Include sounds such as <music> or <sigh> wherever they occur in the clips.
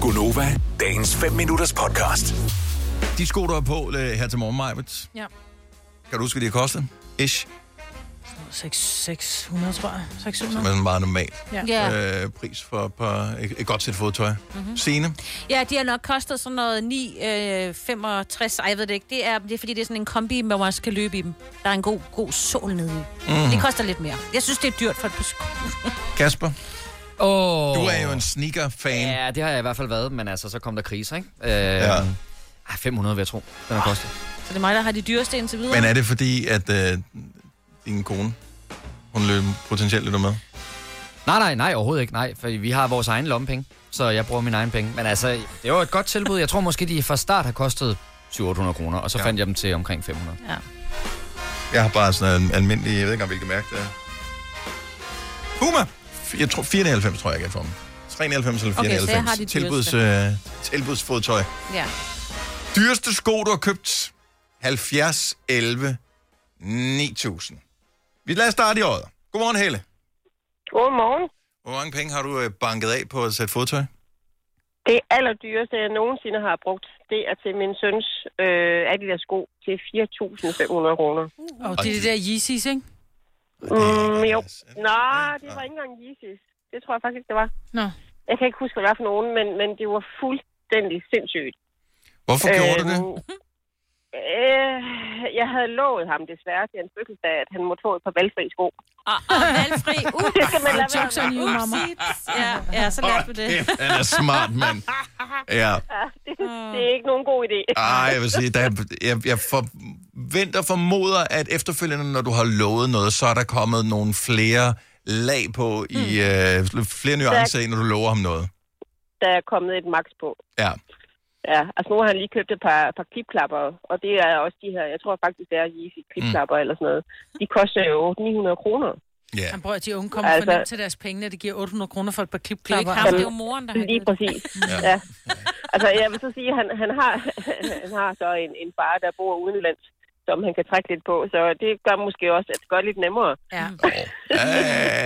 Gunova, dagens 5 minutters podcast. De sko, du har på øh, her til morgen, Majbet, Ja. kan du huske, hvad de har kostet? Ish. 6, 600, tror jeg. 600. Men meget normal Ja. Ja. ja. Mhm. øh, pris for et, par, et, et godt sæt fodtøj. Mm-hmm. Sene, ja, de har nok kostet sådan noget 9, øh, 65, ej, jeg ved det ikke. Det er, det er fordi, det er sådan en kombi, man også kan løbe i dem. Der er en god, god sol nede i. Mhm. Mm. Det koster lidt mere. Jeg synes, det er dyrt for et par sko. Kasper, Åh, du er jo en sneaker-fan. Yeah. ja, det har jeg i hvert fald været, men altså, så kom der kriser, ikke? Øh, ja. 500 vil jeg tro, den har kostet. <laughs> Så det er mig, der har de dyreste indtil videre. Men er det fordi, at øh, din kone, hun løb potentielt lidt med? Nej, nej, nej, overhovedet ikke, nej, for vi har vores egen lommepenge, så jeg bruger mine egne penge. Men altså, det var et godt tilbud. Jeg tror måske, de fra start har kostet 700 kroner, og så Ja. ja. fandt jeg dem til omkring 500. Ja. Jeg har bare sådan en almindelig, jeg ved ikke, om hvilket mærke det er. Puma! F- Jeg tror, 94 tror jeg, jeg kan få dem. 93 eller Okay, så jeg 94. har de Tilbuds, dyreste. øh, tilbudsfodtøj. ja. Dyreste sko, du har købt? 70, 11, 9000. Vi lader starte i året. Godmorgen, Helle. Godmorgen. Hvor mange penge har du øh, banket af på at sætte fodtøj? Det allerdyreste, jeg nogensinde har brugt, det er til min søns øh, Adidas sko til 4.500 kroner. Og det er det der Yeezys, ikke? Mm, jo. Øh, Nå, det det var ikke engang Yeezys. Det tror jeg faktisk, det var. Nå. Jeg kan ikke huske, hvad det var for nogen, men, men det var fuldstændig sindssygt. Øhm, Hvorfor gjorde du det? Øh, jeg havde lovet ham desværre til hans fødselsdag, at han måtte få et par valgfri sko. Og, og <laughs> valgfri. Uh, Det skal man lade være Jokes on med. you, mamma. ja, ja, så lærte vi det. Kæft, han er smart, mand. Ja. Ja, det, det er ikke nogen god idé. Ej, jeg vil sige, der, er- jeg, jeg forventer formoder, at efterfølgende, når du har lovet noget, så er der kommet nogle flere lag på i øh, flere nuancer, i, når du lover ham noget. Der er kommet et max på. Ja. Ja, altså nu har han lige købt et par, par klipklapper, og det er også de her, jeg tror faktisk, det er Yeezy klipklapper mm. eller sådan noget. De koster jo 900 kroner. Ja. Han prøver, at de unge kommer altså... Altså- for nemt til deres penge, at det giver 800 kroner for et par Det er jo ikke klipklapper. ham, det er jo moren, der har Lige givet det. præcis. Ja. Ja. ja. Altså jeg vil så sige, at han, han, har, <laughs> han har så en, en far, der bor udenlands, som han kan trække lidt på, så det gør måske også, at det gør det lidt nemmere. Ja. Oh.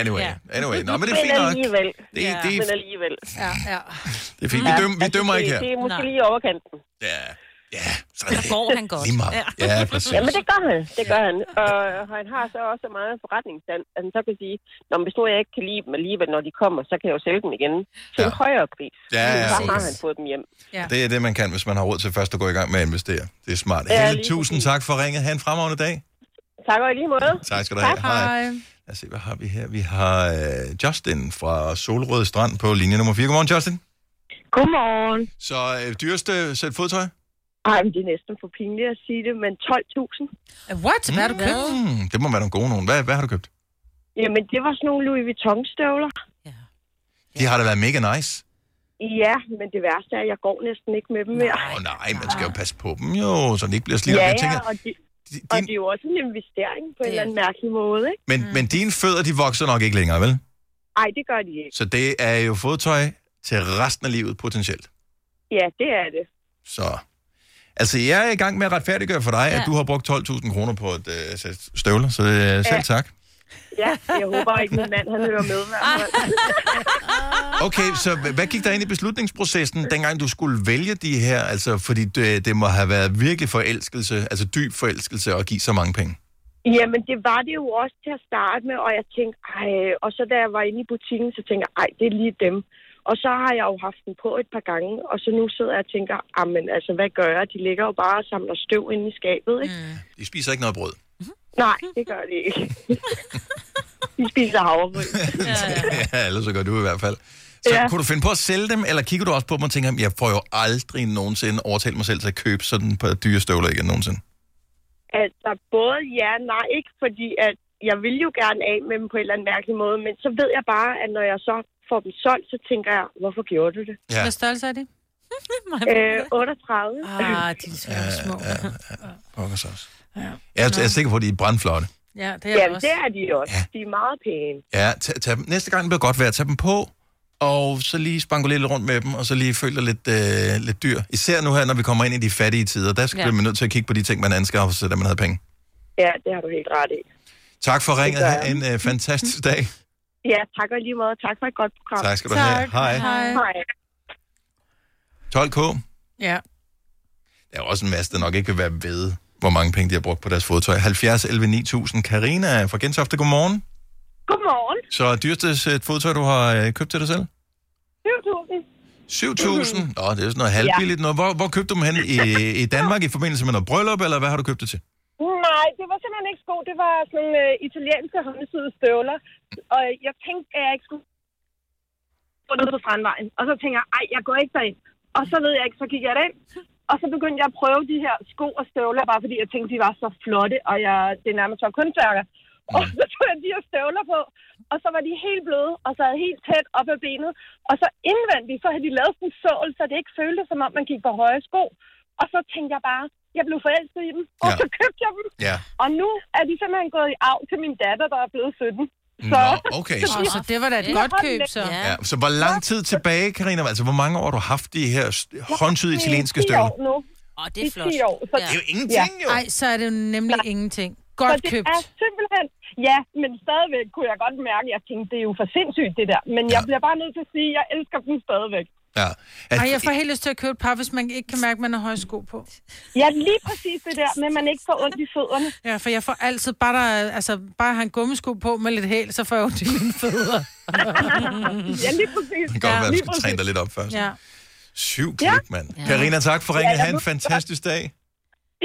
Anyway, Ja. anyway. Nå, men det er Men fint nok. alligevel. Det, Ja. det, Men det, alligevel. ja, ja. det er fint. Vi, døm, vi Altså, dømmer det, ikke her. Det er måske Nej. lige i overkanten. Ja, ja. Så Der går han godt. lige meget. Ja, præcis. Jamen, det gør han. Det gør han. Og han har så også så meget forretningsstand, at han så kan sige, Nå, men hvis nu jeg ikke kan lide dem alligevel, når de kommer, så kan jeg jo sælge dem igen til Ja. en højere pris. Ja, Men ja, så har okay. han fået dem hjem. ja. Det er det, man kan, hvis man har råd til først at gå i gang med at investere. Det er smart. Ja, Helle, lige tusind præcis. tak for ringet. Ha' en fremragende dag. Tak og i lige måde. Tak skal du have. Tak. Hej. Lad os se, hvad har vi her? Vi har øh, Justin fra Solrød Strand på linje nummer 4. Godmorgen, Justin. Godmorgen. Så øh, dyreste sæt fodtøj? Ej, men det er næsten for pinligt at sige det, men 12.000. What? Hvad har du købt? Mm, det må være nogle gode nogen. Hvad, hvad har du købt? Jamen, det var sådan nogle Louis Vuitton-støvler. De har da været mega nice. Ja, men det værste er, at jeg går næsten ikke med dem mere. Åh oh, nej, man skal jo passe på dem jo, så de ikke bliver slidt. ja, op. Jeg tænker, ja, og, de, di- og din, det er jo også en investering på en Det eller er anden mærkelig måde, ikke? men, men dine fødder, de vokser nok ikke længere, vel? Ej, det gør de ikke. Så det er jo fodtøj til resten af livet potentielt. Ja, det er det. Så... Altså, jeg er i gang med at retfærdiggøre for dig, ja. Ja. at du har brugt 12.000 kroner på et øh, sæt støvler, så øh, selv tak. Ja, jeg håber ikke, min mand han hører med. i hvert fald. Okay, så h- hvad gik der ind i beslutningsprocessen, dengang du skulle vælge de her? Altså, fordi det, det må have været virkelig forelskelse, altså dyb forelskelse at give så mange penge. Jamen, det var det jo også til at starte med, og jeg tænkte, ej, og så da jeg var inde i butikken, så tænkte jeg, ej, det er lige dem. Og så har jeg jo haft den på et par gange, og så nu sidder jeg og tænker, jamen, altså, hvad gør jeg? De ligger jo bare og samler støv inde i skabet, ikke? Mm. De spiser ikke noget brød. Nej, det gør de ikke. de spiser havregryn. <laughs> ja, ellers så gør du i hvert fald. Så ja. Ja. kunne du finde på at sælge dem, eller kigger du også på dem og tænker, jeg får jo aldrig nogensinde overtalt mig selv til at købe sådan et par dyre støvler igen nogensinde? Altså, både ja og nej, ikke? Fordi at jeg vil jo gerne af med dem på en eller anden mærkelig måde, men så ved jeg bare, at når jeg så får dem solgt, så tænker jeg, hvorfor gjorde du det? Ja. Hvad størrelse er det? Øh, 38. Ah, de er så små. <laughs> Pokker så også. Jeg, er, jeg er sikker på, at de er brandflotte. Ja, det Ja, er det også. det er de også. De er meget pæne. Ja, tag, tag dem. Næste gang det bliver godt vejr, tag dem på, og så lige spankulere lidt rundt med dem, og så lige føle dig lidt, øh, lidt dyr. Især nu her, når vi kommer ind i de fattige tider, der skal ja. Ja. man nødt til at kigge på de ting, man anskaffer sig, da man havde penge. Ja, det har du helt ret i. Tak for ringet. gør Ha' en øh, fantastisk <laughs> dag. Ja, tak og i lige måde. Tak for et godt program. Tak skal du have. Hej. Hej. Hej. 12K? Ja. Der er jo også en masse, der nok ikke vil være ved, hvor mange penge de har brugt på deres fodtøj. 70 11 9000. Karina fra Gentofte, godmorgen. Godmorgen. Så dyreste øh, fodtøj, du har øh, købt til dig selv? 7.000. 7.000? Nå, det er sådan noget halvbilligt. Noget. Hvor, hvor købte du dem hen? I, I Danmark i forbindelse med noget bryllup, eller hvad har du købt det til? Nej, det var simpelthen ikke sko. Det var sådan nogle øh, italienske håndsyede støvler. Og jeg tænkte, at jeg ikke skulle gå ned på strandvejen. Og så tænkte jeg, ej, jeg går ikke derind. Og så ved jeg ikke, så gik jeg derind. Og så begyndte jeg at prøve de her sko og støvler, bare fordi jeg tænkte, de var så flotte, og jeg, det er nærmest var kunstværker. Og så tog jeg de her støvler på, og så var de helt bløde, og sad helt tæt op ad benet. Og så indvendigt, så havde de lavet sådan en sål, så det ikke føltes, som om man gik på høje sko. Og så tænkte jeg bare, jeg blev forelsket i dem, og Ja. så købte jeg dem. Ja. Og nu er de simpelthen gået i arv til min datter, der er blevet 17. Så Nå, okay. Så, Og så det var da et godt køb, så. Ja. ja. så hvor lang tid tilbage, Karina? Altså, hvor mange år har du haft de her st- håndsyde italienske det er 10 støvler? år nu. Åh, det Det er er flot. 10 år, så Ja. Det er jo ingenting, jo. Nej, så er det jo nemlig ingenting. Så Godt det købt. er simpelthen... Ja, men stadigvæk kunne jeg godt mærke, at jeg tænkte, det er jo for sindssygt, det der. Men jeg Ja. bliver bare nødt til at sige, at jeg elsker dem stadigvæk. Ja. At, Ej, jeg får helt lyst til at købe et par, hvis man ikke kan mærke, at man har høje sko på. Ja, lige præcis det der med, at man ikke får ondt i fødderne. Ja, for jeg får altid bare, der, altså, bare have en gummisko på med lidt hæl, så får jeg ondt i mine fødder. Ja, lige præcis. det kan godt Ja, være, du lige skal træne dig lidt op først. Ja. Syv klik, mand. Karina, tak for ringen. Ha' en fantastisk dag. I